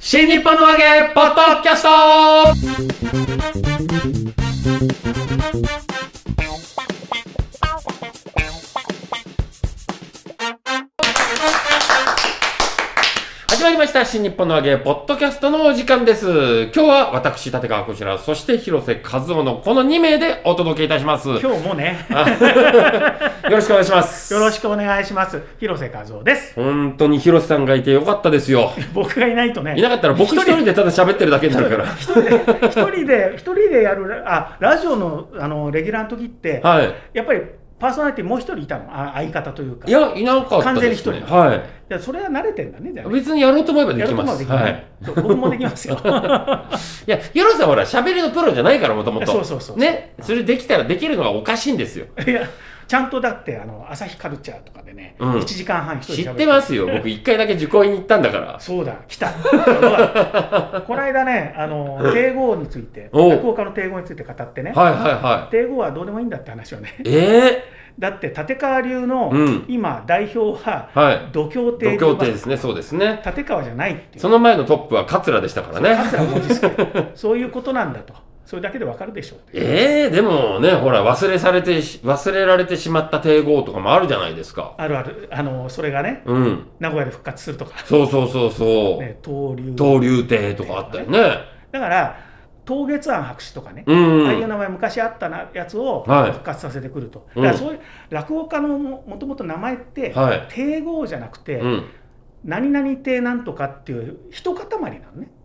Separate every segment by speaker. Speaker 1: 新日本の揚げポッドキャスト始まりました新日本の揚げポッドキャストのお時間です今日は私立川こちらそして広瀬和夫のこの2名でお届けいたしますよ
Speaker 2: 今日もね、
Speaker 1: ろしくお願いします
Speaker 2: よろしくお願いします。広瀬和 夫です。
Speaker 1: 本当に広瀬さんがいてよかったですよ
Speaker 2: 僕がいないとね、
Speaker 1: いなかったら僕一
Speaker 2: 一人
Speaker 1: 人でただ喋ってるだけになるから
Speaker 2: 一人で、一人でやる、あ、ラジオの、あの、レギュラーの時って、
Speaker 1: はい
Speaker 2: やっぱりパーソナリティもう一人いたの、あ相方というか。
Speaker 1: いや、いなかったです、ね。
Speaker 2: 完全に一人
Speaker 1: はい
Speaker 2: やそれは慣れてんだね、じゃあ
Speaker 1: い。
Speaker 2: ね。
Speaker 1: 別にやろうと思えばで
Speaker 2: や
Speaker 1: き
Speaker 2: ると
Speaker 1: ま
Speaker 2: も
Speaker 1: す。
Speaker 2: でき
Speaker 1: は
Speaker 2: ないい。。そう僕もできます よ。
Speaker 1: いや、ヒロさんはほら、喋りのプロじゃないから、もともと。
Speaker 2: そうそうそう
Speaker 1: ね。それできたらできるのがおかしいんですよ。
Speaker 2: いや、ちゃんとだって、あの、朝日カルチャーとかでね、
Speaker 1: うん
Speaker 2: 1時間半一人
Speaker 1: 知
Speaker 2: で喋
Speaker 1: ってますよ。僕、一回だけ受講に行ったんだから。
Speaker 2: そうだ、来た。この間ね、あの、帝豪について、
Speaker 1: おう
Speaker 2: 落語家の帝豪について語ってね、
Speaker 1: はいはいはい。
Speaker 2: 帝豪はどうでもいいんだって話をね。
Speaker 1: え
Speaker 2: だって立川流の
Speaker 1: うん
Speaker 2: 今代表
Speaker 1: え
Speaker 2: は
Speaker 1: はい。
Speaker 2: 度胸亭
Speaker 1: 度
Speaker 2: と
Speaker 1: 胸
Speaker 2: か
Speaker 1: 亭ですね、そうですね。
Speaker 2: 立川じゃないっていう
Speaker 1: その前のトップは桂でしたからね。
Speaker 2: 桂文 治助そういうことなんだとそれだけでわかるでしょう
Speaker 1: ええでもね、ほら、忘れされてし、忘れられてしまった帝豪とかもあるじゃないですか。
Speaker 2: あるあるあのそれがね
Speaker 1: うん。
Speaker 2: 名古屋で復活するとか、
Speaker 1: そうそうそうそう。
Speaker 2: ね、東流
Speaker 1: 東流亭とかあったよね。
Speaker 2: だから東月庵博士とかね、
Speaker 1: うん。
Speaker 2: ああいう名前昔あったなやつを
Speaker 1: はい
Speaker 2: 復活させてくると、
Speaker 1: うん
Speaker 2: だからそういう落語家のももともと名前って、
Speaker 1: はい
Speaker 2: 帝豪じゃなくて、
Speaker 1: うん、
Speaker 2: 何々帝なんとかっていう一塊なのね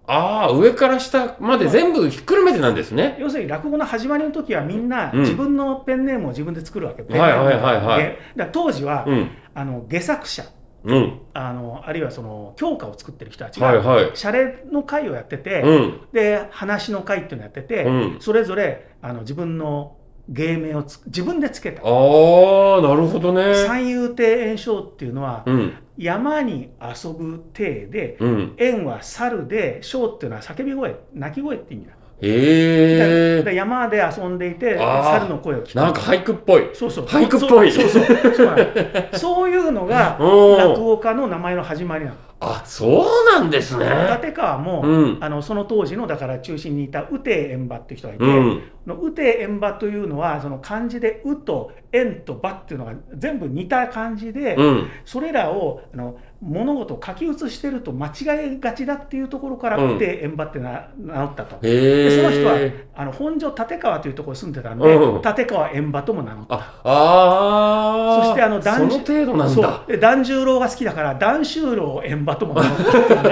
Speaker 1: ああ上から下まで全部ひっくるめてなんですね。
Speaker 2: 要するに落語の始まりの時はみんな
Speaker 1: うん
Speaker 2: 自分のペンネームを自分で作るわけ、ペンネ
Speaker 1: はい
Speaker 2: ーム
Speaker 1: はいはいはい
Speaker 2: でだから当時は、
Speaker 1: うん
Speaker 2: あの下作者
Speaker 1: うん
Speaker 2: あのあるいはその教科を作ってる人たちが、
Speaker 1: はいはい
Speaker 2: シャレの会をやってて、
Speaker 1: うん
Speaker 2: で話の会っていうのやってて、
Speaker 1: うん
Speaker 2: それぞれあの自分の芸名をつ自分でつけた
Speaker 1: ああなるほどね。
Speaker 2: 三遊亭圓生っていうのは、
Speaker 1: うん
Speaker 2: 山に遊ぶ亭で
Speaker 1: うん
Speaker 2: 円は猿で生っていうのは叫び声泣き声って意味なの
Speaker 1: へ
Speaker 2: で
Speaker 1: え
Speaker 2: 山で遊んでいて
Speaker 1: あー
Speaker 2: 猿の声を聞く
Speaker 1: なんか俳句っぽい。
Speaker 2: そうそう
Speaker 1: 俳句っぽい
Speaker 2: そうそうそうそうなのそういうのが落
Speaker 1: うん
Speaker 2: 語家の名前の始まりなの
Speaker 1: あそうなんですね。
Speaker 2: 立川も、
Speaker 1: うん
Speaker 2: あのその当時のだから中心にいた宇帝円馬っていう人がいて、
Speaker 1: うん
Speaker 2: の宇帝円馬というのはその漢字で「宇」と「円」と「馬」っていうのが全部似た漢字で、
Speaker 1: うん
Speaker 2: それらをあの物事を書き写してると間違えがちだっていうところから
Speaker 1: うん
Speaker 2: 宇帝円馬ってな名乗ったと。
Speaker 1: へ
Speaker 2: でその人は
Speaker 1: え。
Speaker 2: あの本所立川というところに住んでたんで、
Speaker 1: うん
Speaker 2: 立川円馬とも名乗った
Speaker 1: ああー
Speaker 2: そしてあの
Speaker 1: そ
Speaker 2: 男
Speaker 1: の
Speaker 2: 子
Speaker 1: 程度なん
Speaker 2: そう
Speaker 1: だ。
Speaker 2: で團十郎が好きだから團十郎円馬とも名乗ったっていう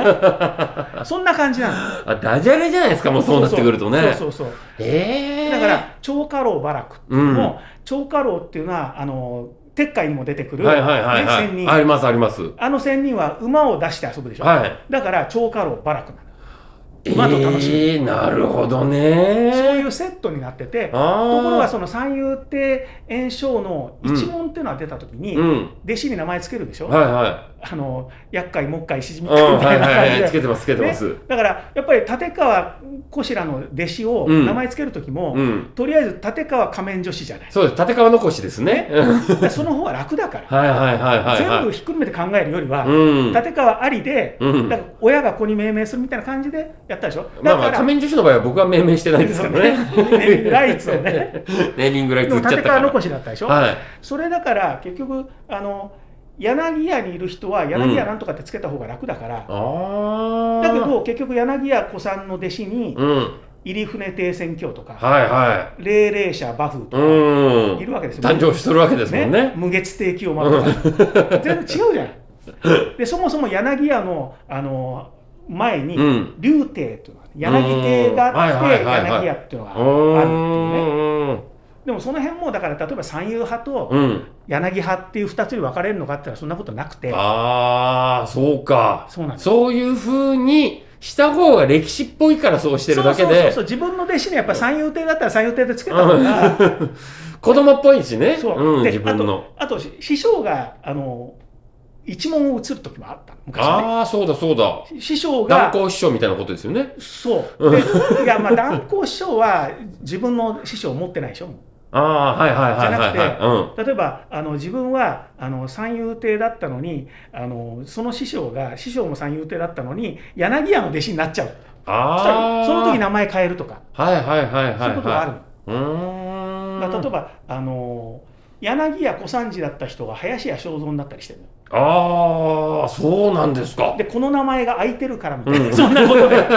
Speaker 2: ねそんな感じなの
Speaker 1: あダジャレじゃないですかもうそうなってくるとね。
Speaker 2: そうそうそう
Speaker 1: へえ。
Speaker 2: だから長家老バラクっていうのも、長家老っていうのはあの鉄火にも出てくる、
Speaker 1: はいはいはいは
Speaker 2: ね仙
Speaker 1: い。
Speaker 2: 人
Speaker 1: ありますあります。
Speaker 2: あの仙人は馬を出して遊ぶでしょ、
Speaker 1: はい。
Speaker 2: だから長家老バラクなの馬と楽しむ
Speaker 1: えーなるほどね。
Speaker 2: そういうセットになっててと
Speaker 1: あー
Speaker 2: ころがその三遊亭圓生の一門っていうのが出た時に、
Speaker 1: うん。
Speaker 2: 弟子に名前つけるでしょ、
Speaker 1: はいはい。
Speaker 2: あの厄介もっかいしじみ
Speaker 1: う
Speaker 2: みた
Speaker 1: ん、はい
Speaker 2: いな感
Speaker 1: は
Speaker 2: じ
Speaker 1: いはい。
Speaker 2: で
Speaker 1: つけてます、つけてます。
Speaker 2: ね、だからやっぱり立川こしらの弟子を
Speaker 1: うん
Speaker 2: 名前つける時も、
Speaker 1: うん。
Speaker 2: とりあえず立川仮面女子じゃない
Speaker 1: そうです。立川残しですね。 うん
Speaker 2: だからその方が楽だから、
Speaker 1: はいはいはいはい
Speaker 2: 全
Speaker 1: は
Speaker 2: 部ひっくるめて考えるよりは、
Speaker 1: い。うん。
Speaker 2: 立川ありで、
Speaker 1: うん
Speaker 2: だから親が子に命名するみたいな感じでやったでしょ
Speaker 1: まあ
Speaker 2: だ
Speaker 1: ま
Speaker 2: か
Speaker 1: あ、
Speaker 2: ら、
Speaker 1: 仮面女子の場合は僕は命名してないですけどね。
Speaker 2: そうねネー ミングライツをね。
Speaker 1: ネーミングライ
Speaker 2: で
Speaker 1: ツ
Speaker 2: も
Speaker 1: 言っちゃっ
Speaker 2: 立
Speaker 1: たか
Speaker 2: 川
Speaker 1: ら。
Speaker 2: 残しだったでしょ、
Speaker 1: はい。
Speaker 2: それだから結局あの柳家にいる人は柳家なんとかってつけた方が楽だから、
Speaker 1: ああ。
Speaker 2: だけ、ど結局柳家子さんの弟子に
Speaker 1: うん。
Speaker 2: 入船亭選挙とか、
Speaker 1: はいは
Speaker 2: 霊霊者馬風
Speaker 1: い。
Speaker 2: とか、
Speaker 1: うん。
Speaker 2: いるわけですよ
Speaker 1: 誕生するわけですもんね。
Speaker 2: 無月定期を待ってたら全然違うじゃん。でそもそも柳家のあの前に
Speaker 1: うん
Speaker 2: 竜亭というのが柳亭があっ
Speaker 1: う
Speaker 2: て
Speaker 1: んはいはいはいはい
Speaker 2: 柳家っていうの
Speaker 1: う
Speaker 2: があるっていうね。
Speaker 1: ん。
Speaker 2: でもその辺もだから例えば三遊派と
Speaker 1: うん。
Speaker 2: 柳派っていう2つに分かれるのかって言ったらそんなことなくて
Speaker 1: ああ、そうか。
Speaker 2: そうなんです。
Speaker 1: そういう風にした方が歴史っぽいからそうしてるだけ
Speaker 2: そうそうそう
Speaker 1: で
Speaker 2: そう、自分の弟子にやっぱ三遊亭だったら三遊亭でつけた方が、
Speaker 1: 子供っぽいしね
Speaker 2: そう、
Speaker 1: ん、
Speaker 2: で
Speaker 1: 自分の
Speaker 2: あとあと師匠があの一門を移る時もあったの昔はね
Speaker 1: ああそうだそうだ
Speaker 2: 師匠が
Speaker 1: 断交師匠みたいなことですよね
Speaker 2: そう。でいや、まあ、断交師匠は自分の師匠を持ってないでしょ。もう
Speaker 1: ああー、はいはいはいはい、
Speaker 2: じゃなくて
Speaker 1: は
Speaker 2: 例えばあの自分はあの三遊亭だったのにあのその師匠が師匠も三遊亭だったのに柳家の弟子になっちゃう
Speaker 1: い。うん。
Speaker 2: そした
Speaker 1: あ
Speaker 2: ら
Speaker 1: あ。
Speaker 2: その時名前変えるとか
Speaker 1: はいはいはいはい、はい。
Speaker 2: そういうことがある、
Speaker 1: うーん。
Speaker 2: だから例えばあの柳家小三治だった人が林家正蔵になったりしてるの
Speaker 1: ああ、そうなんですか。
Speaker 2: でこの名前が空いてるからみたいな、
Speaker 1: うん
Speaker 2: そんな ことで
Speaker 1: ね、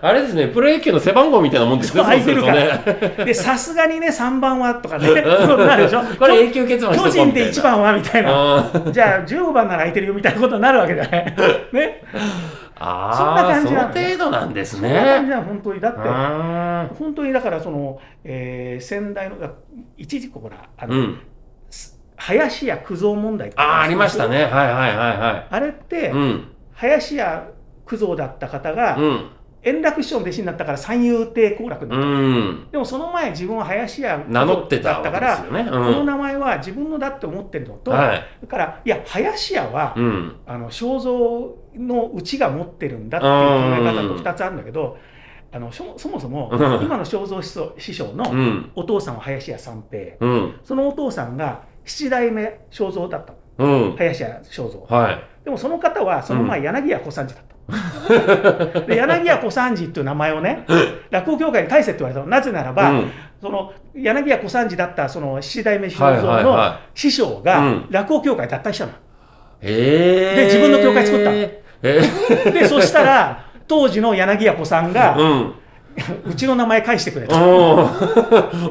Speaker 1: あれですね、プロ野球の背番号みたいなもんですね、
Speaker 2: そう空いてるから
Speaker 1: そうするとね
Speaker 2: でさすがにね3番はとかねそうなるでしょ
Speaker 1: これ永久欠番
Speaker 2: 巨人で
Speaker 1: 一
Speaker 2: 1。番はみたいな
Speaker 1: あー
Speaker 2: じゃあ15番なら空いてるよみたいなことになるわけじゃない ね
Speaker 1: あー、
Speaker 2: そ
Speaker 1: そ
Speaker 2: んな
Speaker 1: の
Speaker 2: 感じなの
Speaker 1: 程度なんです
Speaker 2: そんな感
Speaker 1: ね。
Speaker 2: じは本当にだって
Speaker 1: あ
Speaker 2: 本当にだからその、えー先代のだ一時期ほらあ
Speaker 1: ー
Speaker 2: の、
Speaker 1: うん。
Speaker 2: 林家九蔵問題って
Speaker 1: ああ、ありましたね。はいはいはいは
Speaker 2: あれって、
Speaker 1: い。うん。
Speaker 2: 林家九蔵だった方が、
Speaker 1: うん。
Speaker 2: 円楽師匠の弟子になったから三遊亭好楽にな
Speaker 1: う
Speaker 2: った、
Speaker 1: ん。
Speaker 2: でもその前自分は林家
Speaker 1: 名乗ってた
Speaker 2: だったか
Speaker 1: わ
Speaker 2: ら、
Speaker 1: けですよね。う
Speaker 2: この
Speaker 1: ん。
Speaker 2: 名前は自分のだって思ってるのと、
Speaker 1: はい。
Speaker 2: だからいや林家は、
Speaker 1: うん。
Speaker 2: あの肖像のうちが持ってるんだっていう考え方と2つあるんだけど、あのしょそもそも
Speaker 1: うん
Speaker 2: 今の肖像師匠師匠
Speaker 1: う
Speaker 2: の
Speaker 1: ん。
Speaker 2: お父さんは林家三平、
Speaker 1: うん。
Speaker 2: そのお父さんが七代目肖像だったの
Speaker 1: うん。
Speaker 2: 林家肖像
Speaker 1: はい。
Speaker 2: でもその方はその前柳家小三治だった、で柳家小三治っていう名前をね落語協会に返せって言われたのなぜならば、
Speaker 1: うん
Speaker 2: その柳家小三治だったその七代目肖
Speaker 1: はい
Speaker 2: 像
Speaker 1: はい
Speaker 2: の
Speaker 1: は
Speaker 2: 師匠
Speaker 1: う
Speaker 2: が
Speaker 1: ん
Speaker 2: 落語協会脱退したの、
Speaker 1: へえ。
Speaker 2: で自分の教会作った
Speaker 1: えー
Speaker 2: でそしたら 当時の柳家小さんが、
Speaker 1: うん。
Speaker 2: うちの名前返してくれと
Speaker 1: おん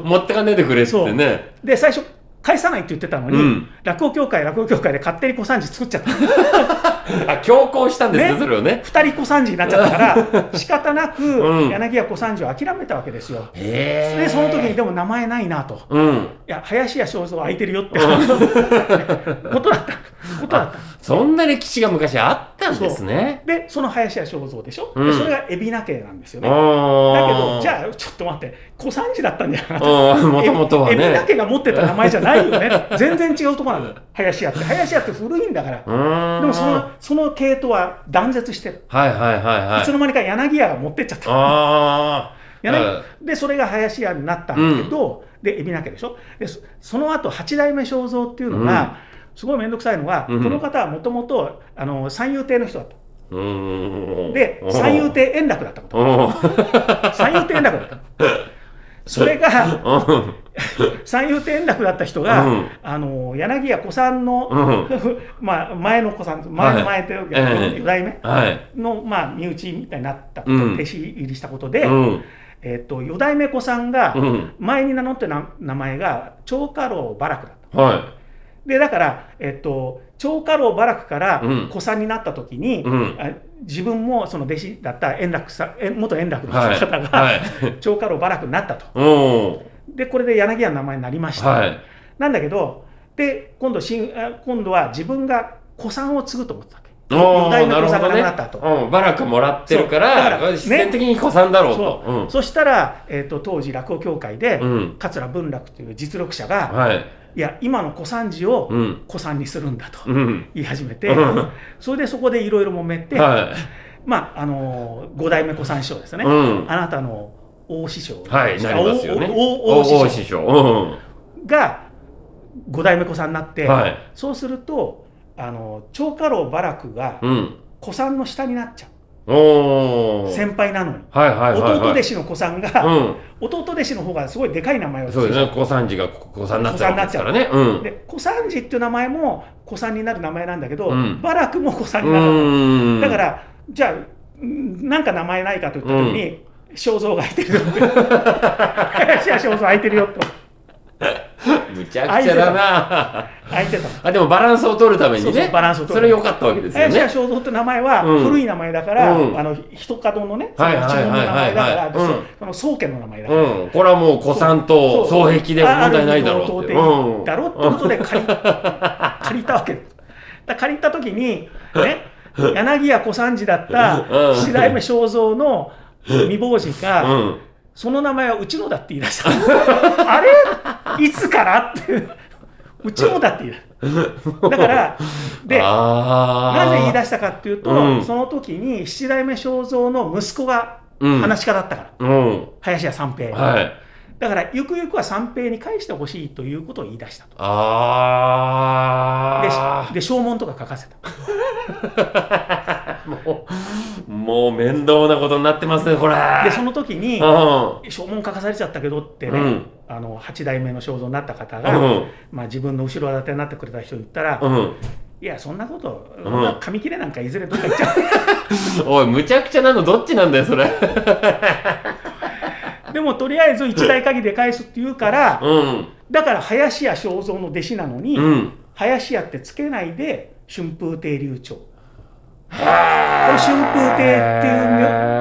Speaker 1: 持ってかねてくれっつってね。
Speaker 2: で最初返さないって言ってたのに、
Speaker 1: うん
Speaker 2: 落語協会落語協会で勝手に小三治作っちゃった
Speaker 1: あ、強行したんですね、
Speaker 2: ね
Speaker 1: それをね。
Speaker 2: 二人小三治になっちゃったから 仕方なく
Speaker 1: うん
Speaker 2: 柳家小三治を諦めたわけですよ。
Speaker 1: へえ。
Speaker 2: でその時に、でも名前ないなと。
Speaker 1: うん。
Speaker 2: いや林家正蔵空いてるよって ことだったことだった
Speaker 1: そんな歴史が昔あったんですね。
Speaker 2: でその林家正蔵でしょ、
Speaker 1: うん
Speaker 2: でそれが海老名家なんですよ
Speaker 1: だけ
Speaker 2: ねだけどじ
Speaker 1: あ
Speaker 2: ゃあちょっと待って小三治だったんじゃなと
Speaker 1: ー、もともとは
Speaker 2: 海老名
Speaker 1: ね。
Speaker 2: 家が持ってた名前じゃないよね全然違うとこなんだよ林家って林家って古いんだから
Speaker 1: うーん。
Speaker 2: でもそ
Speaker 1: は
Speaker 2: のその系統は断絶してる、、
Speaker 1: いはいはいはい
Speaker 2: つ
Speaker 1: い。
Speaker 2: の間にか柳家が持ってっちゃった
Speaker 1: あ
Speaker 2: 柳
Speaker 1: あ。
Speaker 2: でそれが林家になったんだけど、で海老名家でしょでそその後八代目正蔵っていうのが、すごい面倒くさいのが、
Speaker 1: うん
Speaker 2: この方はもともとあの三遊亭の人だった
Speaker 1: うーん。
Speaker 2: で
Speaker 1: おー
Speaker 2: 三遊。亭円楽だったこ
Speaker 1: おー
Speaker 2: と三遊亭円楽だったそれが
Speaker 1: うん。
Speaker 2: 三遊亭円楽だった人が、
Speaker 1: うん
Speaker 2: あの柳家小さんの、
Speaker 1: う
Speaker 2: まあ、前の子さん前
Speaker 1: はい
Speaker 2: の前というか、
Speaker 1: ええ
Speaker 2: 4代目
Speaker 1: はい。
Speaker 2: の、まあ、身内みたいになった、
Speaker 1: うん
Speaker 2: 弟子入りしたことで、
Speaker 1: うん。
Speaker 2: えっと4代目子さんが、
Speaker 1: うん。
Speaker 2: 前に名乗ってな名前が長家老バラクだった。
Speaker 1: は
Speaker 2: でだから、えっと、長家老バラクから
Speaker 1: うん
Speaker 2: 子さんになった時に、
Speaker 1: うん
Speaker 2: あ自分もその弟子だった円楽さんえ元円楽
Speaker 1: い。
Speaker 2: の
Speaker 1: はい。
Speaker 2: 方が、
Speaker 1: はい。
Speaker 2: 長家老バラクになったと。
Speaker 1: おー。
Speaker 2: でこれで柳家の名前になりました。
Speaker 1: はい。
Speaker 2: なんだけどで今度新あ今度は自分が子さんを継ぐと思ってたわけ。
Speaker 1: お
Speaker 2: 四代目子さんが亡くなったと。
Speaker 1: うん、バラクもらってるか
Speaker 2: そうだ
Speaker 1: ら、
Speaker 2: からね
Speaker 1: 必然的に子さんだろう
Speaker 2: そ
Speaker 1: と。
Speaker 2: うそしたら、えっと当時落語協会で、
Speaker 1: うん。うん。
Speaker 2: 桂文楽という実力者が、
Speaker 1: はい。
Speaker 2: いや今の子三治を
Speaker 1: うん。
Speaker 2: 子さんにするんだと。
Speaker 1: うん。
Speaker 2: 言い始めて、
Speaker 1: うん
Speaker 2: それでそこでいろいろ揉めて、
Speaker 1: は
Speaker 2: まああのー五代目小三師匠です
Speaker 1: い。
Speaker 2: ね、
Speaker 1: うん。
Speaker 2: あなたの大師匠、
Speaker 1: はい、なりますよね。
Speaker 2: あおお
Speaker 1: お
Speaker 2: 大大
Speaker 1: 大
Speaker 2: 師
Speaker 1: 師
Speaker 2: 匠
Speaker 1: 匠。う
Speaker 2: が五代目小三になって、
Speaker 1: ん。はい。
Speaker 2: そうするとあの長家老バラクが
Speaker 1: うん。
Speaker 2: 小三の下になっちゃ
Speaker 1: お
Speaker 2: う、
Speaker 1: ー。
Speaker 2: 先輩なのに、
Speaker 1: はいはいはいはい。
Speaker 2: 弟弟子の小三が、
Speaker 1: う
Speaker 2: 弟弟子の方がすごいでかい名前を
Speaker 1: ん。
Speaker 2: つ
Speaker 1: そう
Speaker 2: け
Speaker 1: です
Speaker 2: て
Speaker 1: ね。小三治が小三になっちゃうんですからね。う
Speaker 2: で
Speaker 1: ん。
Speaker 2: 小三治っていう名前も小三になる名前なんだけど、
Speaker 1: うん
Speaker 2: バラクも小三に
Speaker 1: う
Speaker 2: なる名前
Speaker 1: ーん。
Speaker 2: だか、ら、じゃあ、うんなんか名前ないかと言ったときに、肖像が空いてるよって。林家肖像空いてるよと。
Speaker 1: むちゃくちゃだな。
Speaker 2: 空いてたの。
Speaker 1: あ、でもバランスを取るために
Speaker 2: そう
Speaker 1: ね
Speaker 2: そう。バランスを取る
Speaker 1: それ良かったわけですよ
Speaker 2: 林家
Speaker 1: ね。
Speaker 2: 肖像って名前は
Speaker 1: うん
Speaker 2: 古い名前だから、
Speaker 1: うん
Speaker 2: あの人角のね、その
Speaker 1: はいはい
Speaker 2: 自
Speaker 1: はい
Speaker 2: 分の
Speaker 1: はい
Speaker 2: 名前だから、
Speaker 1: うん
Speaker 2: そうその宗家の名前だから。
Speaker 1: うん。これはもう子さんと
Speaker 2: そう
Speaker 1: 双璧で問題ないだろうって。
Speaker 2: あある意味の弟
Speaker 1: うん。
Speaker 2: だろうってことで借り借りたわけだから借りた 時にね柳家小三治だった
Speaker 1: うん
Speaker 2: 七代目正蔵の未亡人が、
Speaker 1: うん。
Speaker 2: その名前はうちのだって言い出した。 あれいつからって。うちのだって言い出した。だから、で、な
Speaker 1: な
Speaker 2: ぜ言い出したかっていうと、
Speaker 1: うん
Speaker 2: その時に七代目正蔵の息子が
Speaker 1: うん
Speaker 2: 話し家だったから、
Speaker 1: うん。
Speaker 2: 林家三平。
Speaker 1: はい。
Speaker 2: だからゆくゆくは三平に返してほしいということを言い出したとで
Speaker 1: あ
Speaker 2: で証文とか書かせた
Speaker 1: あもうもう面倒なことになってますねこれ
Speaker 2: でその時に
Speaker 1: うん
Speaker 2: 証文書かされちゃったけどってね、
Speaker 1: うん
Speaker 2: あの8代目の肖像になった方
Speaker 1: う
Speaker 2: が、
Speaker 1: ん
Speaker 2: まあ、自分の後ろ盾になってくれた人に言ったら、
Speaker 1: うん
Speaker 2: いやそんなこと、
Speaker 1: ん
Speaker 2: そんな紙切れなんかいずれどっか行っちゃ
Speaker 1: おいむちゃくちゃなのどっちなんだよそれ
Speaker 2: うでもとりあえず一代限りで返すって言うから
Speaker 1: うん
Speaker 2: だから林家正蔵の弟子なのに、
Speaker 1: うん
Speaker 2: 林家ってつけないで春風亭流暢こ
Speaker 1: は
Speaker 2: の春風亭っ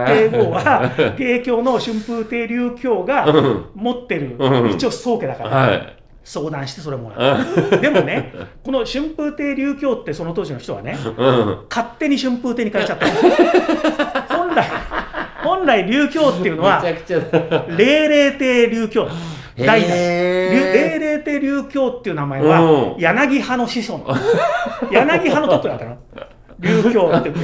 Speaker 2: ていう名号は帝京の春風亭流暢
Speaker 1: う
Speaker 2: が
Speaker 1: ん
Speaker 2: 持ってる
Speaker 1: うん
Speaker 2: 一応宗家だから、
Speaker 1: はい
Speaker 2: 相談してそれもらった
Speaker 1: う
Speaker 2: でもね、この春風亭流教ってその当時の人はね、
Speaker 1: ん
Speaker 2: 勝手に春風亭に変えちゃったの本来、本来流教っていうの
Speaker 1: めち
Speaker 2: は、
Speaker 1: ゃくちゃだ
Speaker 2: 霊霊亭流教、代々。流霊
Speaker 1: へー
Speaker 2: 霊亭流教っていう名前
Speaker 1: う
Speaker 2: は
Speaker 1: ん、
Speaker 2: 柳派の子孫。柳派のトップだったの。流教って、流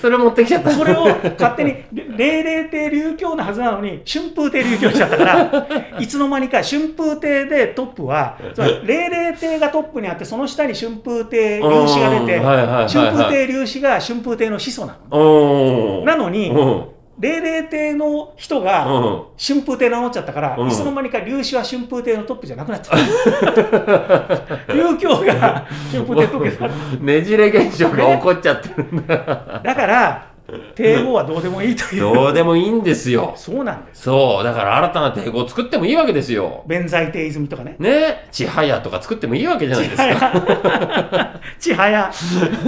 Speaker 1: それ持ってきちゃった
Speaker 2: それを勝手に、霊霊亭流教のはずなのに、春風亭流教にしちゃったから、いつの間にか春風亭でトップは、つまり霊霊亭がトップにあって、その下に春風亭流子が出て、
Speaker 1: うんはいはいはいはい
Speaker 2: 春風亭流子が春風亭の始祖なの。
Speaker 1: うん
Speaker 2: なのに
Speaker 1: う、ん
Speaker 2: 霊霊亭の人が
Speaker 1: うん
Speaker 2: 春風亭名乗っちゃったから、
Speaker 1: うん
Speaker 2: いつの間にか流子は春風亭のトップじゃなくなっちゃ った。流教が春風亭トップになった
Speaker 1: ねじれ現象が起こっちゃってるんだ
Speaker 2: だから、帝王はどうでもいいという。
Speaker 1: どうでもいいんですよ
Speaker 2: そうなんです。
Speaker 1: そうだから新たな帝国を作ってもいいわけですよ
Speaker 2: 弁財亭泉とかね。
Speaker 1: ね千早とか作ってもいいわけじゃないですか
Speaker 2: ちは や、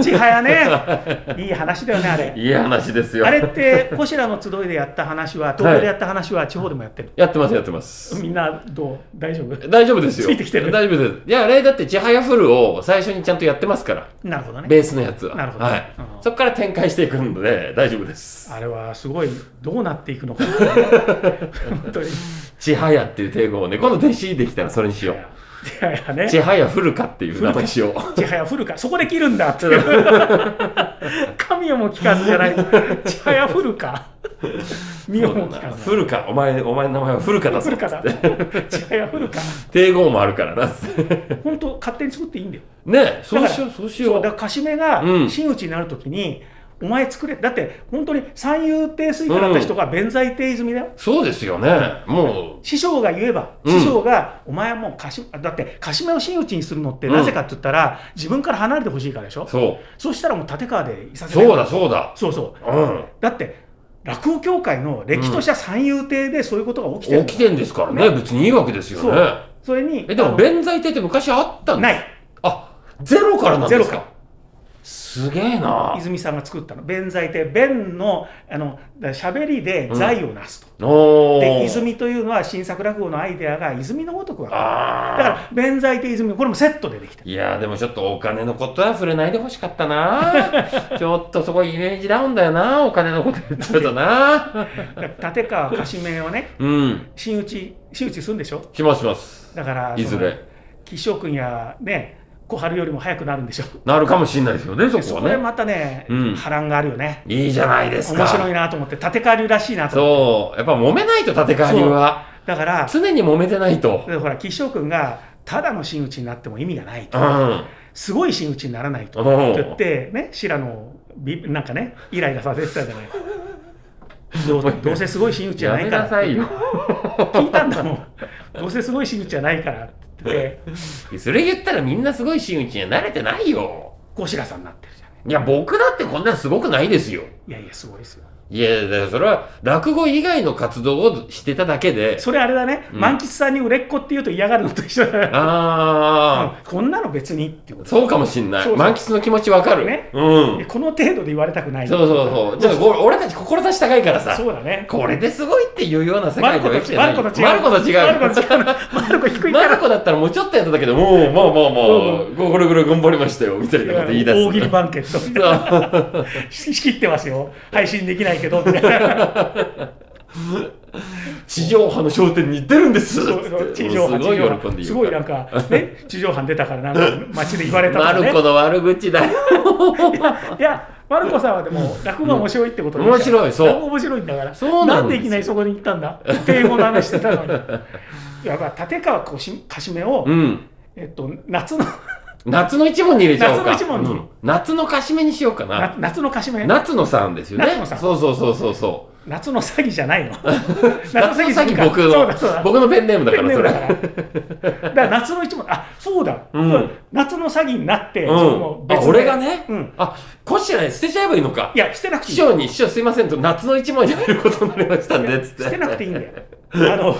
Speaker 2: ちはやね、いい話だよね、あれ。
Speaker 1: いい話ですよ
Speaker 2: あれって、こしらの集いでやった話は、東京でやった話は、地方でもやってる。
Speaker 1: やってますやってます
Speaker 2: みんな、どう大丈夫
Speaker 1: 大丈夫ですよ
Speaker 2: ついてきてる
Speaker 1: 大丈夫ですいやあれだって千早フルを最初にちゃんとやってますから
Speaker 2: なるほどね。
Speaker 1: ベースのやつは
Speaker 2: なるほど
Speaker 1: はい
Speaker 2: うん
Speaker 1: そこから展開していくんで大丈夫です
Speaker 2: あれはすごい、どうなってい くのかな。本当に。
Speaker 1: 千早っていう帝国をね今度弟子できたらそれにしよう
Speaker 2: ちはやね。
Speaker 1: 千早フルかっていう名前にしよう
Speaker 2: ちはや降るか。そこで切るんだっていう。 神をも聞かずじゃない。ちはや降るか。身をも聞かず。
Speaker 1: フルかお前お前の名前はフルカだ
Speaker 2: 降
Speaker 1: ぞ
Speaker 2: るかだ。ちはや降るか。
Speaker 1: 帝豪もあるからな
Speaker 2: 本当、勝手に作っていいんだよ。
Speaker 1: ねそ
Speaker 2: だ
Speaker 1: う
Speaker 2: から
Speaker 1: しようそうし
Speaker 2: そ
Speaker 1: よう
Speaker 2: うだからカシメが
Speaker 1: うん
Speaker 2: 真打ちになるときに、お前作れだって本当に三遊亭水家だった人が弁財亭泉だよ、
Speaker 1: そうですよねも
Speaker 2: 師匠が言えば、
Speaker 1: うん
Speaker 2: 師匠がお前はもうカシだってカシメを真打ちにするのって
Speaker 1: うん
Speaker 2: なぜかって言ったら、自分から離れてほしいからでしょ
Speaker 1: うそ
Speaker 2: そうしたらもう立川でいさ
Speaker 1: う
Speaker 2: せない
Speaker 1: そうだそうだ
Speaker 2: そうそう
Speaker 1: うん
Speaker 2: だって落語協会の歴史とした三遊亭でそういうことが起きてる、
Speaker 1: 起きてんですからね別にいいわけですよ
Speaker 2: そ
Speaker 1: ね
Speaker 2: それに
Speaker 1: えで
Speaker 2: あ
Speaker 1: も
Speaker 2: の
Speaker 1: 弁財亭って昔あったんです
Speaker 2: ない
Speaker 1: あゼロからなんです
Speaker 2: ゼロ
Speaker 1: か
Speaker 2: か
Speaker 1: すげえな
Speaker 2: 泉さんが作ったの弁財亭弁のあのしゃべりで財をなすと。
Speaker 1: お
Speaker 2: で
Speaker 1: ー
Speaker 2: 泉というのは新作落語のアイデアが泉のごとくわかるだか
Speaker 1: ああ
Speaker 2: ら弁財と泉これもセットでできた
Speaker 1: いやーでもちょっとお金のことは触れないでほしかった なちょっとそこイメージダウンだよなお金のこと言っちゃうとな
Speaker 2: だから立川かしめをね
Speaker 1: うん
Speaker 2: 真打ち真打ちするんでしょ
Speaker 1: しますします
Speaker 2: だから
Speaker 1: いずれ
Speaker 2: その岸尾君やね小春よりも早くなるんでしょ
Speaker 1: なるかもしれないですよね、そこ
Speaker 2: でそ
Speaker 1: は
Speaker 2: れ
Speaker 1: ね。
Speaker 2: またね、
Speaker 1: うん
Speaker 2: 波乱があるよね
Speaker 1: いいじゃないですか。
Speaker 2: 面白いなと思って立川流らしいなと
Speaker 1: そう。やっぱ揉めないと、立川流は。
Speaker 2: だから
Speaker 1: 常に揉めてないと。
Speaker 2: でほら岸尾君がただの真打ちになっても意味がないと、
Speaker 1: うん。
Speaker 2: すごい真打ちにならないと、
Speaker 1: うん
Speaker 2: って言って、ね、白のびなんかね、イライラさせてたじゃない。どうどうせすごい真打ちじゃ
Speaker 1: や
Speaker 2: な
Speaker 1: め
Speaker 2: いか
Speaker 1: な
Speaker 2: ら、
Speaker 1: さいよ。
Speaker 2: 聞いたんだもん、どうせすごい真打ちじゃないからって言って、
Speaker 1: それ言ったらみんなすごい真打ちには慣れてないよ。
Speaker 2: 小白さんになってるじゃな
Speaker 1: い
Speaker 2: い。
Speaker 1: や、僕だってこんなすごくないですよ。
Speaker 2: いやいや、すごいですよ。
Speaker 1: いや、だからそれは落語以外の活動をしてただけで。
Speaker 2: それあれだね、
Speaker 1: うん
Speaker 2: 万吉さんに売れっ子って言うと嫌がるのと一緒だね。
Speaker 1: あ
Speaker 2: うんこんなの別にっていうこ
Speaker 1: あ、
Speaker 2: と
Speaker 1: そうかもしんない。
Speaker 2: そうそう
Speaker 1: 満喫の気持ちわかる。
Speaker 2: ね
Speaker 1: うん
Speaker 2: で。この程度で言われたくない。
Speaker 1: そうそうそう。じゃあ、こ俺たち志高いからさ。
Speaker 2: そうだね。
Speaker 1: これですごいっていうような世
Speaker 2: マル
Speaker 1: 界
Speaker 2: コ
Speaker 1: では
Speaker 2: と違
Speaker 1: 生きて
Speaker 2: う。
Speaker 1: ない。マルコと違う。
Speaker 2: マルコと違う。マルコ低いか
Speaker 1: マル
Speaker 2: ら。
Speaker 1: コだったらもうちょっとやっただけでもう、まあまあまあ、これぐらい頑張りましたよ、みたいなこと言い出す。
Speaker 2: 大喜利バンケットみたいな。仕切ってますよ、配信できないけどみたいな
Speaker 1: 地上波の商店に出るんです
Speaker 2: そうそう地上波、
Speaker 1: すごい
Speaker 2: 地上波
Speaker 1: 喜んで言う
Speaker 2: すごいなんか、ね、地上波に出たから、なんか街で言われたと
Speaker 1: マ
Speaker 2: かね
Speaker 1: ルコ、の悪口だよ。
Speaker 2: いや、マルコさんはでも落語が面白いってことで
Speaker 1: 面白いそう
Speaker 2: 落語面白いんだから
Speaker 1: そうなんですよ
Speaker 2: でいきなりそこに行ったんだ敬語の話してたのにいやまあ立川こしかしめを、
Speaker 1: うん。
Speaker 2: えっと、夏の
Speaker 1: 夏の一問に入れちゃおうか。
Speaker 2: 夏の一問に
Speaker 1: うん夏のかしめにしようかな。
Speaker 2: な夏のかしめ
Speaker 1: 夏のさんですよね。
Speaker 2: 夏のさん
Speaker 1: そうそうそうそうそう。
Speaker 2: 夏の詐欺じゃないの
Speaker 1: 夏のさっき僕
Speaker 2: そうだ
Speaker 1: の
Speaker 2: そうだ、
Speaker 1: 僕のペンネームだか
Speaker 2: ペン
Speaker 1: ら、
Speaker 2: ネー
Speaker 1: そ
Speaker 2: ム
Speaker 1: れ
Speaker 2: だ。から。だから夏の一問、あそうだ、
Speaker 1: うん
Speaker 2: 夏の詐欺になって、
Speaker 1: うん
Speaker 2: そのもう別
Speaker 1: あ
Speaker 2: で
Speaker 1: 俺がね
Speaker 2: うん、
Speaker 1: あ、こしらね、捨てちゃえばいいのか
Speaker 2: い。や、してなくてい
Speaker 1: 師
Speaker 2: い。い
Speaker 1: 匠に、師匠すいませんと、夏の一問に入ることになりましたんで、
Speaker 2: や
Speaker 1: つっ
Speaker 2: して
Speaker 1: て。
Speaker 2: なくていいんだよ。あ の、あの、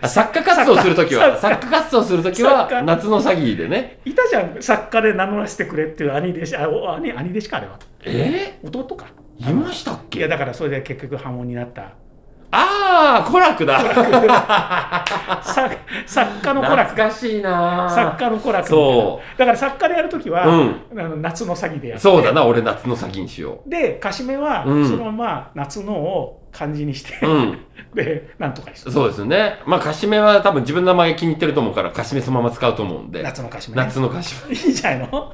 Speaker 1: あ作家活動するときは、
Speaker 2: 作家
Speaker 1: 作家活動するとき
Speaker 2: 作
Speaker 1: は、
Speaker 2: 家
Speaker 1: 夏の詐欺でね。
Speaker 2: いたじゃん、作家で名乗らせてくれっていう兄弟子、あお兄兄弟子か、あれは。
Speaker 1: え
Speaker 2: 弟か。
Speaker 1: ーいましたっ
Speaker 2: い
Speaker 1: け
Speaker 2: や、だからそれで結局破門になった。
Speaker 1: ああ、コラクだ。
Speaker 2: さ作家の子
Speaker 1: 懐
Speaker 2: 楽。
Speaker 1: かしいな
Speaker 2: 作家の子楽。。
Speaker 1: そう
Speaker 2: だから作家でやるときは、
Speaker 1: う
Speaker 2: あの夏の詐欺でやって。
Speaker 1: そうだな、俺夏の詐欺にしよ
Speaker 2: で、かしめは、
Speaker 1: うん
Speaker 2: そのまま夏のを漢字にして、
Speaker 1: う。うん。
Speaker 2: で、なんとかにする。
Speaker 1: そうですよね。まあ、かしめは多分自分の名前気に入ってると思うから、かしめそのまま使うと思うんで。
Speaker 2: 夏のかしめ、ね。
Speaker 1: 夏のかし
Speaker 2: いいんじゃないの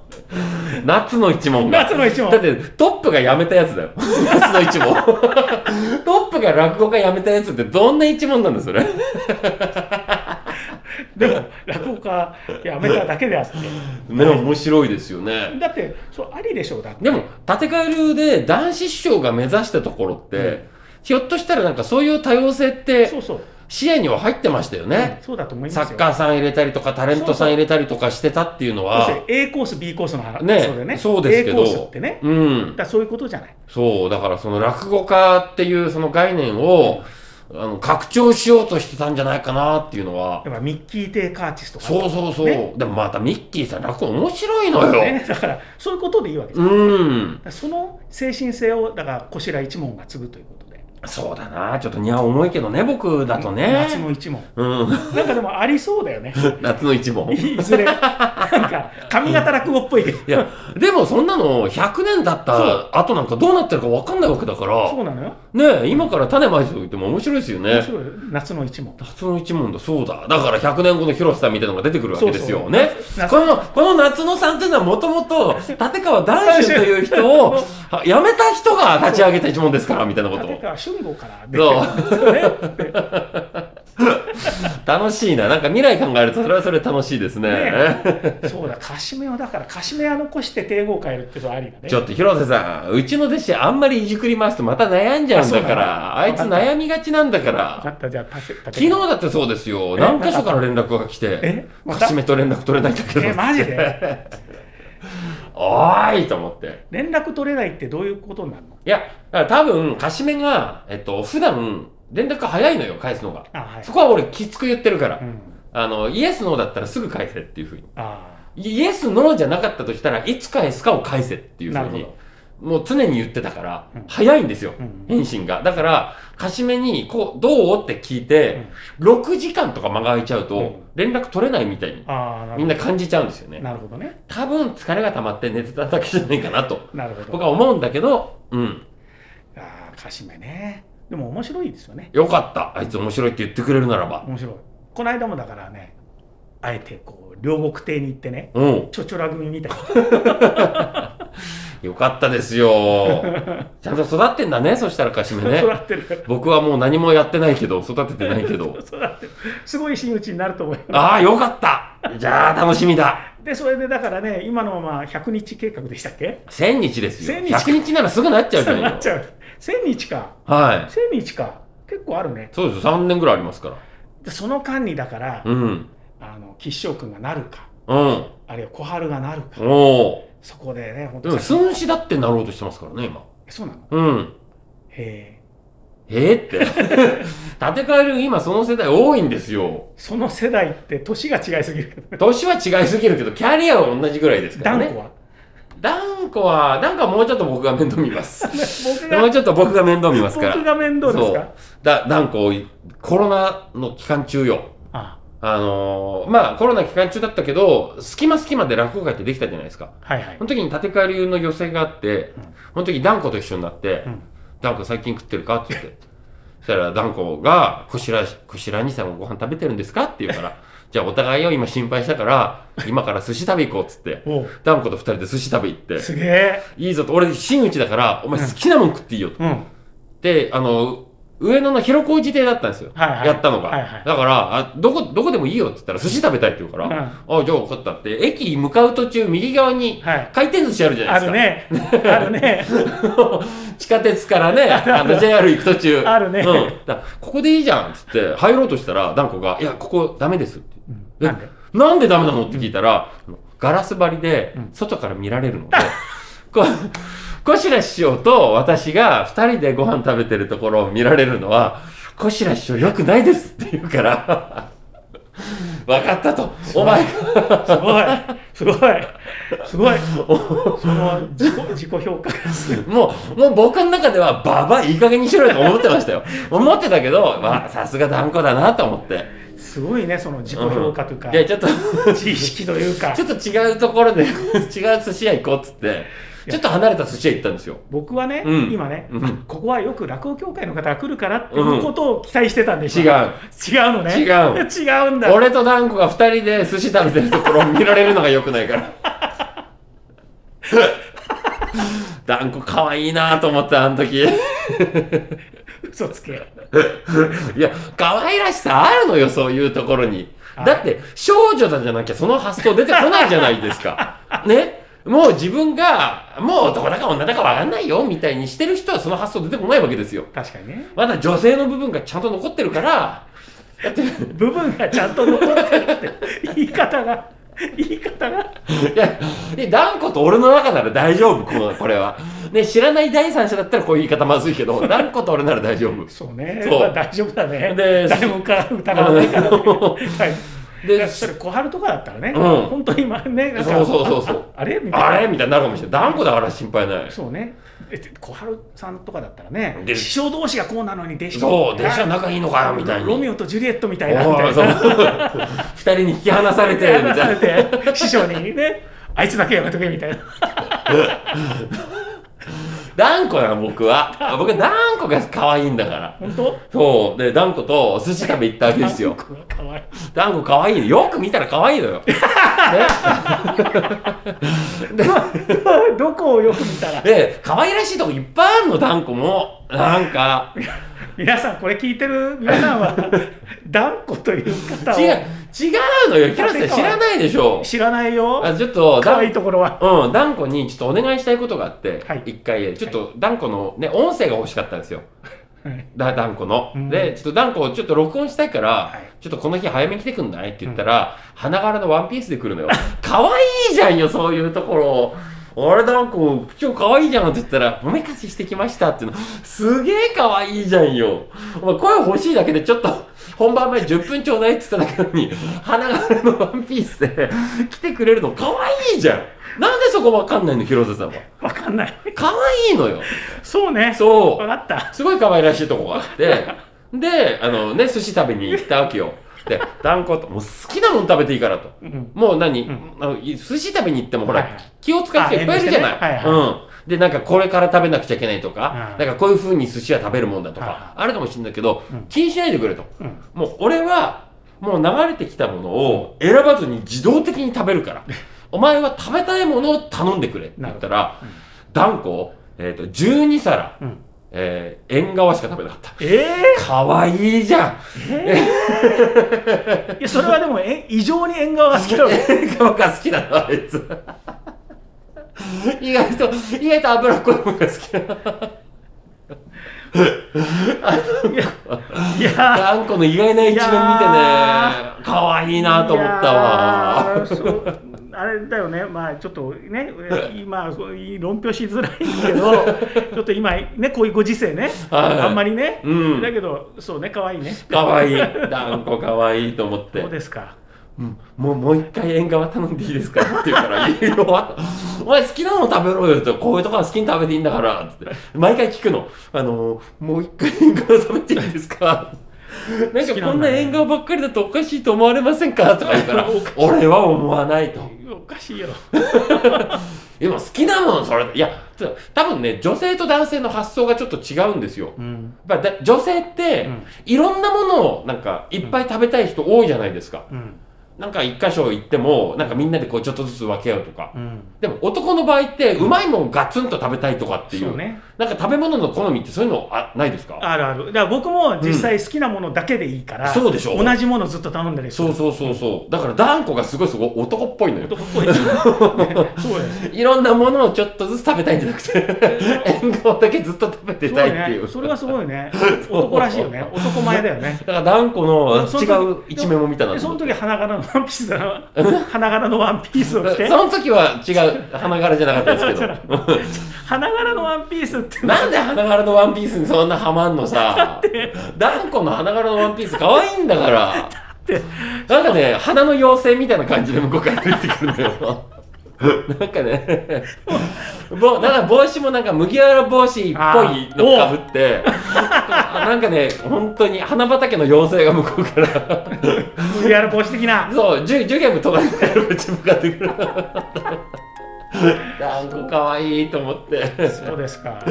Speaker 1: め。 夏の一問が。
Speaker 2: 夏の一問
Speaker 1: だって、トップがやめたやつだよ。 夏の一問。トップが落語家やめたやつってどんな一問なんだよ、それ。
Speaker 2: でも、落語家やめただけであって。
Speaker 1: ね、面白いですよね。
Speaker 2: だって、そう、ありでしょう、だって。
Speaker 1: でも、立川流で男子師匠が目指したところって、
Speaker 2: うん
Speaker 1: ひょっとしたらなんかそういう多様性っ
Speaker 2: そ
Speaker 1: て、
Speaker 2: うそう。
Speaker 1: 支援には入ってましたよね。
Speaker 2: そうだと思います
Speaker 1: サ
Speaker 2: よ。
Speaker 1: ッカーさん入れたりとか、タレントさん入れたりとかしてたっていうの
Speaker 2: 要
Speaker 1: は
Speaker 2: す、るに A コース、B コースの話
Speaker 1: ね
Speaker 2: そうだよね。
Speaker 1: そうですけど
Speaker 2: A コースってね。
Speaker 1: うん
Speaker 2: だ、からそういうことじゃない。
Speaker 1: そう、だからその落語家っていうその概念を、あの、拡張しようとしてたんじゃないかなっていうのは
Speaker 2: や、っぱミッキー・テイ・カーチスとか。
Speaker 1: そうそうそう、
Speaker 2: ね
Speaker 1: でもまたミッキーさん落語面白いのよ。
Speaker 2: ね。だから、そういうことでいいわけです。だか
Speaker 1: うん、
Speaker 2: らその精神性を、だから、こしら一門が継ぐということで。
Speaker 1: そうだな、ちょっとには重いけどね、僕だとね。
Speaker 2: 夏の一門。
Speaker 1: うん、
Speaker 2: なんかでもありそうだよね。
Speaker 1: 夏の一問。い
Speaker 2: いずれ、なんか、髪型落語っぽいけど。
Speaker 1: や、でもそんなの100年経った後なんかどうなってるか分かんないわけだか
Speaker 2: そう
Speaker 1: ら、
Speaker 2: なのよ。
Speaker 1: ねえ今から種まいておいても面白いですよね
Speaker 2: 面。白い夏の一問。
Speaker 1: 夏の一問だ、そうだ。だから100年後の広瀬さんみたいなのが出てくるわけですよ。
Speaker 2: そうそう
Speaker 1: ね。
Speaker 2: 夏
Speaker 1: この、この夏のさんというのはもともと、立川談春という人 を、は辞めた人が立ち上げた一問ですから、みたいなこと
Speaker 2: 立
Speaker 1: を。
Speaker 2: 川春吾から出
Speaker 1: そう
Speaker 2: てるんです よね。って
Speaker 1: 楽しいな。なんか未来考えると、それはそれで楽しいですね。
Speaker 2: そうだ、カシメをだから、カシメは残して帝豪変えるってことありだね。
Speaker 1: ちょっと広瀬さん、うちの弟子あんまりいじくり回すとまた悩んじゃうんだから、あ
Speaker 2: あ
Speaker 1: いつ
Speaker 2: そうなの
Speaker 1: 悩みがちなんだ か。
Speaker 2: 分からった、じゃあ、たせ、昨
Speaker 1: 昨日だってそうですよ。
Speaker 2: え
Speaker 1: 何箇所から連絡が来て
Speaker 2: え、また
Speaker 1: かしめと連絡取れないんだけど
Speaker 2: え、、マジで
Speaker 1: おーいと思って。
Speaker 2: 連絡取れないってどういうことになるの
Speaker 1: いや、だから多分、カシメが、えっと、普段、連絡が早いのよ、返すのが。
Speaker 2: あ、はい
Speaker 1: そ。こは俺、きつく言ってるから
Speaker 2: う。ん。
Speaker 1: あの、イエス、ノーだったらすぐ返せっていうふうに。
Speaker 2: あ
Speaker 1: イエス、ノーじゃなかったとしたら、いつ返すかを返せっていうふ
Speaker 2: な
Speaker 1: う
Speaker 2: るほ
Speaker 1: に
Speaker 2: ど、
Speaker 1: もう常に言ってたから
Speaker 2: うん、
Speaker 1: 早いんですよ
Speaker 2: う、ん
Speaker 1: 返信が。だから、カシメに、こう、どうって聞いて、6時間とか間が空いちゃう
Speaker 2: う
Speaker 1: と
Speaker 2: ん、
Speaker 1: 連絡取れないみたいに、
Speaker 2: ああ、なる
Speaker 1: み
Speaker 2: ほ
Speaker 1: んな感じちゃうんですよ
Speaker 2: ど。
Speaker 1: ね。
Speaker 2: なるほどね。
Speaker 1: 多分、疲れが溜まって寝てただけじゃないかなと、
Speaker 2: なるほ
Speaker 1: 僕
Speaker 2: ど。
Speaker 1: は思うんだけど、うん。
Speaker 2: ああ、カシメね。でも面白いですよね。
Speaker 1: よかった。あいつ面白いって言ってくれるならば。
Speaker 2: 面白い。この間もだからね、あえてこう、両国亭に行ってね、
Speaker 1: うん。
Speaker 2: ちょちょら組みたいな。
Speaker 1: よかったですよ。ちゃんと育ってんだね。そしたらかしめね
Speaker 2: 育。ってる。
Speaker 1: 僕はもう何もやってないけど、育ててないけ ど。
Speaker 2: 育ってる。すごい真打ちになると思います。
Speaker 1: ああ、よかった。じゃあ、楽しみだ。
Speaker 2: で、それでだからね、今のまま100日計画でしたっけ
Speaker 1: 1000日ですよ。
Speaker 2: 1000日
Speaker 1: 100日ならすぐなっちゃうじ ゃ
Speaker 2: な
Speaker 1: ない
Speaker 2: っ
Speaker 1: よ
Speaker 2: ち。ゃう。1000日か。
Speaker 1: はい。
Speaker 2: 1000日か。結構あるね。
Speaker 1: そうですよ。3年ぐらいありますから。
Speaker 2: で、その間にだから、
Speaker 1: うん。
Speaker 2: あの、吉祥君がなるか、
Speaker 1: うん。
Speaker 2: あるいは小春がなるか、
Speaker 1: おお。
Speaker 2: そこでね、本
Speaker 1: でも、
Speaker 2: 当
Speaker 1: 寸志だってなろうとしてますからね、今。
Speaker 2: そうなの
Speaker 1: うん。
Speaker 2: へえ。
Speaker 1: えー、って。立て替える今その世代多いんですよ。
Speaker 2: その世代って年が違いすぎるけど。
Speaker 1: 年は違いすぎるけど、キャリアは同じぐらいですから
Speaker 2: 断
Speaker 1: ね。
Speaker 2: 固は。
Speaker 1: ダンコは、ダンコはもうちょっと僕が面倒見 ます。
Speaker 2: 僕
Speaker 1: もう
Speaker 2: が、
Speaker 1: ちょっと僕が面倒見ますから。
Speaker 2: 僕が面倒ですか
Speaker 1: そうだ、ダンコ、コロナの期間中よ。
Speaker 2: あ
Speaker 1: あのーまあ、コロナ期間中だったけど、隙間隙間で落語会ってできたじゃないですか。
Speaker 2: はいはい
Speaker 1: そ。の時に立川流の寄席があって
Speaker 2: うん、
Speaker 1: その時ダンコと一緒になって、
Speaker 2: うん
Speaker 1: ダンコ最近食ってるかって言って。そしたら、ダンコが、こしら、こしら兄さんはご飯食べてるんですかって言うから、じゃあお互いを今心配したから、今から寿司食べ行こうっつって。
Speaker 2: おう
Speaker 1: ダム子と二人で寿司食べ行って、
Speaker 2: すげえ。
Speaker 1: いいぞと、俺、真打ちだから、お前好きなもん食っていいよと。
Speaker 2: うん。
Speaker 1: で、あの、上野の広小路邸だったんですよ。
Speaker 2: はいはい
Speaker 1: やったのが。
Speaker 2: はいはい
Speaker 1: だからあ、どこ、どこでもいいよって言ったら、寿司食べたいって言うから、
Speaker 2: うん
Speaker 1: あ、じゃあ分かったって、駅向かう途中、右側に
Speaker 2: はい。
Speaker 1: 回転寿司あるじゃな
Speaker 2: あ
Speaker 1: いです
Speaker 2: る
Speaker 1: か。
Speaker 2: ね。あるね。
Speaker 1: 地下鉄から ね、あの JR 行く途中。
Speaker 2: あるね
Speaker 1: うん。だここでいいじゃんっつって、入ろうとしたら、ダンコが、いや、ここダメですって。
Speaker 2: う
Speaker 1: え
Speaker 2: んなんで
Speaker 1: なんでダメなのって聞いたら、ガラス張りで、外から見られるので、こコシラ師匠と私が二人でご飯食べてるところを見られるのは、コシラ師匠良くないですって言うから、 分かったと。お前
Speaker 2: すごい。すごい。すごい。その自己自己評価がすごい
Speaker 1: もう、もう僕の中では、ババアいい加減にしろよと思ってましたよ。思ってたけど、まあ、さすが断固だなと思って。
Speaker 2: すごいね、その自己評価というか
Speaker 1: い、や、ちょっと、
Speaker 2: 自意識というか
Speaker 1: ち。ょっと違うところで、 違う寿司屋行こうっつって、ちょっと離れた寿司屋行ったんですよ。
Speaker 2: 僕はね、
Speaker 1: うん
Speaker 2: 今ね、
Speaker 1: うん
Speaker 2: あここはよく落語協会の方が来るからっていうことを期待してたんでしょ、
Speaker 1: 違う
Speaker 2: 違うのね
Speaker 1: 違う
Speaker 2: 違うんだ
Speaker 1: 俺とダンコが二人で寿司食べてるところを見られるのが良くないから。ダンコ可愛いなと思った、あの時。い
Speaker 2: 嘘つけ
Speaker 1: や、可愛らしさあるのよ、そういうところに。
Speaker 2: はい
Speaker 1: だって、少女だじゃなきゃその発想出てこないじゃないですか。ねもう自分が、もう男だか女だかわかんないよ、みたいにしてる人はその発想出てこないわけですよ。
Speaker 2: 確かにね
Speaker 1: まだ女性の部分がちゃんと残ってるから、だって、
Speaker 2: 部分がちゃんと残ってるって言い方が言い方が
Speaker 1: いや、で、ダンコと俺の中なら大丈夫、このこれは。ね、知らない第三者だったらこういう言い方まずいけど、ダンコと俺なら大丈夫。
Speaker 2: そうね
Speaker 1: そう
Speaker 2: まあ、大丈夫だね
Speaker 1: で
Speaker 2: 誰も疑わないからね、はい、
Speaker 1: で
Speaker 2: でそれ小春とかだったらね、
Speaker 1: うん
Speaker 2: 本当に今ねなんか
Speaker 1: そうそうそうそう
Speaker 2: ああれみたいな
Speaker 1: あれみたいになるかもしれない。ダンコだから心配ない。
Speaker 2: そうねえ小春さんとかだったらね
Speaker 1: で
Speaker 2: 師匠同士がこうなのに弟子
Speaker 1: そう、弟子は仲いいのかよ、みたいに。
Speaker 2: ロミ
Speaker 1: オ
Speaker 2: オとジュリエットみたいなみたいな
Speaker 1: そう。二人に引き離されて、みたいな。
Speaker 2: てて師匠にねあいつだけやめとけみたいな
Speaker 1: ダンコや、僕は。僕はダンコが可愛いんだから。
Speaker 2: 本当
Speaker 1: そう。で、ダンコと寿司食べ行ったわけですよ。
Speaker 2: かわいい
Speaker 1: ダンコ可愛いよく見たら可愛いのよ。
Speaker 2: どこをよく見たら
Speaker 1: で、可愛らしいとこいっぱいあるの、ダンコも。なんか。
Speaker 2: 皆さんこれ聞いてる皆さんは 断固という方
Speaker 1: 違う
Speaker 2: を
Speaker 1: 違うのよ、キャラさん知らないでしょ。
Speaker 2: 知らないよ
Speaker 1: あちょっと、
Speaker 2: 可
Speaker 1: ダ
Speaker 2: 愛い
Speaker 1: ン
Speaker 2: ところは
Speaker 1: うん、ダンコにちょっとお願いしたいことがあって、
Speaker 2: はい
Speaker 1: 一回、ちょっとダンコのね、音声が欲しかったんですよ。
Speaker 2: はい
Speaker 1: だダンコの
Speaker 2: う。ん
Speaker 1: で、ちょっとダンコをちょっと録音したいから、
Speaker 2: はい
Speaker 1: ちょっとこの日早めに来てくんないって言ったら、花柄のワンピースで来るのよ。 可愛いじゃんよ、そういうところ。あれダンコ、今日可愛いじゃんって言ったら、おめかししてきましたっていうの。すげえ可愛いじゃんよ。お前声欲しいだけでちょっと、本番前10分ちょうだいって言っただけなのに、花柄のワンピースで来てくれるの可愛いじゃん。なんでそこわかんないの、広瀬さんは。
Speaker 2: わかんない
Speaker 1: 可愛いのよ。
Speaker 2: そうね
Speaker 1: そう。
Speaker 2: わかった
Speaker 1: すごい可愛らしいとこがあっ て、で、あのね、寿司食べに行ったわけよ。で、断固と、もう好きなもん食べていいからと。
Speaker 2: うん
Speaker 1: もう何、
Speaker 2: うん
Speaker 1: あの寿司食べに行ってもほ
Speaker 2: はい
Speaker 1: ら、気を使う人いっぱいいるじゃない。
Speaker 2: あ遠慮してね
Speaker 1: うん。で、なんかこれから食べなくちゃいけないとか、
Speaker 2: うん
Speaker 1: なんかこういう風に寿司は食べるもんだと
Speaker 2: はい
Speaker 1: か、あるかもしれないけど
Speaker 2: うん、
Speaker 1: 気にしないでくれと。
Speaker 2: うん
Speaker 1: もう俺は、もう流れてきたものを選ばずに自動的に食べる から。お前は食べたいものを頼んでくれって言ったら、断固、えっ、と、12皿。
Speaker 2: うん
Speaker 1: えー、縁側しか食べなかった。
Speaker 2: ええ
Speaker 1: かわいいじゃん
Speaker 2: いやそれはでもえ異常に縁側が好きだろ
Speaker 1: 縁側が好きなの、あいつ。意外と、意外と脂っこいものが好きなの。
Speaker 2: いや
Speaker 1: あんこの意外な一面見てね
Speaker 2: いや、
Speaker 1: かわいいなと思ったわ。
Speaker 2: いやーそうあれだよね、まあちょっとね、今、そう論評しづらいけど、ちょっと今、ね、こういうご時世ね、
Speaker 1: はい
Speaker 2: あんまりね、
Speaker 1: うん
Speaker 2: だけど、そうね、可愛いね。
Speaker 1: かわいい。あんこかわいいと思って。
Speaker 2: そうですか。
Speaker 1: うんもう、もう一回縁側頼んでいいですかって言う から、いいよ。お前好きなの食べろよと、こういうとこは好きに食べていいんだから、つって。毎回聞くの。あの、もう一回縁側食べていいです かなんか
Speaker 2: 好きなんだね
Speaker 1: こんな縁側ばっかりだとおかしいと思われませんかとか言うから
Speaker 2: おかし、
Speaker 1: 俺は思わないと。
Speaker 2: おかしいよ。
Speaker 1: でも好きなもん、それ。いや、ちょっと多分ね、女性と男性の発想がちょっと違うんですよ。
Speaker 2: うん。
Speaker 1: やっぱだ女性って
Speaker 2: うん、
Speaker 1: いろんなものをなんかいっぱい食べたい人多いじゃないですか。
Speaker 2: うん。
Speaker 1: なんか一箇所行っても、なんかみんなでこうちょっとずつ分け合うとか。
Speaker 2: うん、
Speaker 1: でも男の場合って、うまいもんガツンと食べたいとかっていう、
Speaker 2: そうね
Speaker 1: なんか食べ物の好みってそういうのあないですか
Speaker 2: あるあるだから僕も実際好きなものだけでいいから、
Speaker 1: そうでしょ
Speaker 2: 同じものずっと頼んだりす
Speaker 1: そ
Speaker 2: る
Speaker 1: うそうそうそう。だから断固がすごいすごい男っぽいのよ。
Speaker 2: 男っぽいですよねねそうやね
Speaker 1: いろんなものをちょっとずつ食べたいんじゃなくて、 縁側だけずっと食べて
Speaker 2: す
Speaker 1: た
Speaker 2: ご
Speaker 1: い
Speaker 2: い
Speaker 1: っていう。
Speaker 2: ねそれはすごいね男らしいよね男前だよね
Speaker 1: だから断固の
Speaker 2: その
Speaker 1: 違う
Speaker 2: 時
Speaker 1: 一面も見たな
Speaker 2: で
Speaker 1: と
Speaker 2: そ
Speaker 1: 思
Speaker 2: の
Speaker 1: って。
Speaker 2: 時花柄のワンピースだな花柄のワンピースを着て
Speaker 1: その時は違う花柄じゃなかったですけど
Speaker 2: 花柄のワンピースって
Speaker 1: なんで花柄のワンピースにそんなハマんのさ断固の花柄のワンピース可愛いんだから
Speaker 2: て
Speaker 1: なんかね花の妖精みたいな感じで向こうから出てくるのよなんかねぼなんか帽子もなんか麦わら帽子っぽいのかぶってなんかね本当に花畑の妖精が向こうから
Speaker 2: 麦わら帽子的な
Speaker 1: そう、ジュジュゲム飛ばしてるうち向かってくる。あんこかわいいと思って、
Speaker 2: そうですか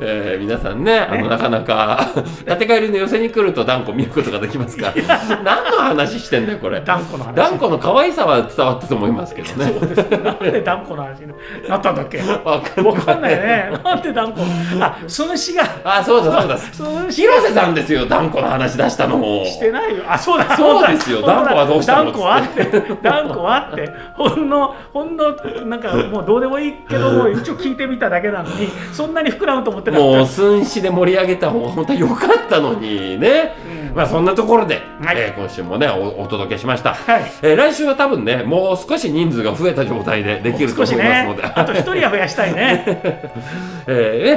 Speaker 1: えー皆さんねあのなかな か建て替えりの寄せに来るとダンコ見ることができますから何の話してんだよこれダ
Speaker 2: 断固の話
Speaker 1: ンコの可愛さは伝わったと思いますけどね
Speaker 2: そうですねなんで断固の話になったんだっけわ
Speaker 1: わかんない
Speaker 2: かんないねなんで断固あその詩が
Speaker 1: あそうだそうだ
Speaker 2: その詩が
Speaker 1: 広瀬さんですよダンコの話出したの
Speaker 2: してないよあそうだ
Speaker 1: そうですよ断
Speaker 2: 本当だ
Speaker 1: 固はどうしたの
Speaker 2: 断固はって断固はってほんのほんのなんかもうどうでもいいけども一応聞いてみただけなのにそんなに膨らむと思ってなかった
Speaker 1: もう寸志で盛り上げた方が本当は良かったのにね、
Speaker 2: うん
Speaker 1: まあそんなところで、
Speaker 2: はい
Speaker 1: えー今週もねおお届けしました、
Speaker 2: はい
Speaker 1: えー来週は多分ねもう少し人数が増えた状態でできると
Speaker 2: 少
Speaker 1: 思
Speaker 2: し
Speaker 1: いますの
Speaker 2: ね
Speaker 1: で、
Speaker 2: あと一人は増やしたいね。
Speaker 1: えー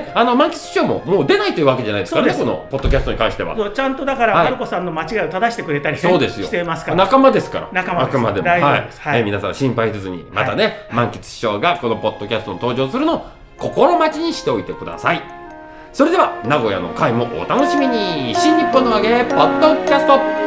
Speaker 1: えあの満喫市長ももう出ないというわけじゃないですからね
Speaker 2: そ
Speaker 1: こ
Speaker 2: うで
Speaker 1: のポッドキャストに関しては
Speaker 2: そうちゃんとだから、
Speaker 1: はい
Speaker 2: まる子さんの間違いを正してくれたりね
Speaker 1: そうですよ
Speaker 2: してますから。
Speaker 1: 仲間ですから
Speaker 2: 仲間
Speaker 1: あくまでも
Speaker 2: 大丈夫
Speaker 1: はい
Speaker 2: ですはい
Speaker 1: えー皆さん心配せずにまたね、満喫師匠がこのポッドキャストに登場するのを心待ちにしておいてくださいそれでは名古屋の会もお楽しみに新日本の揚げポッドキャスト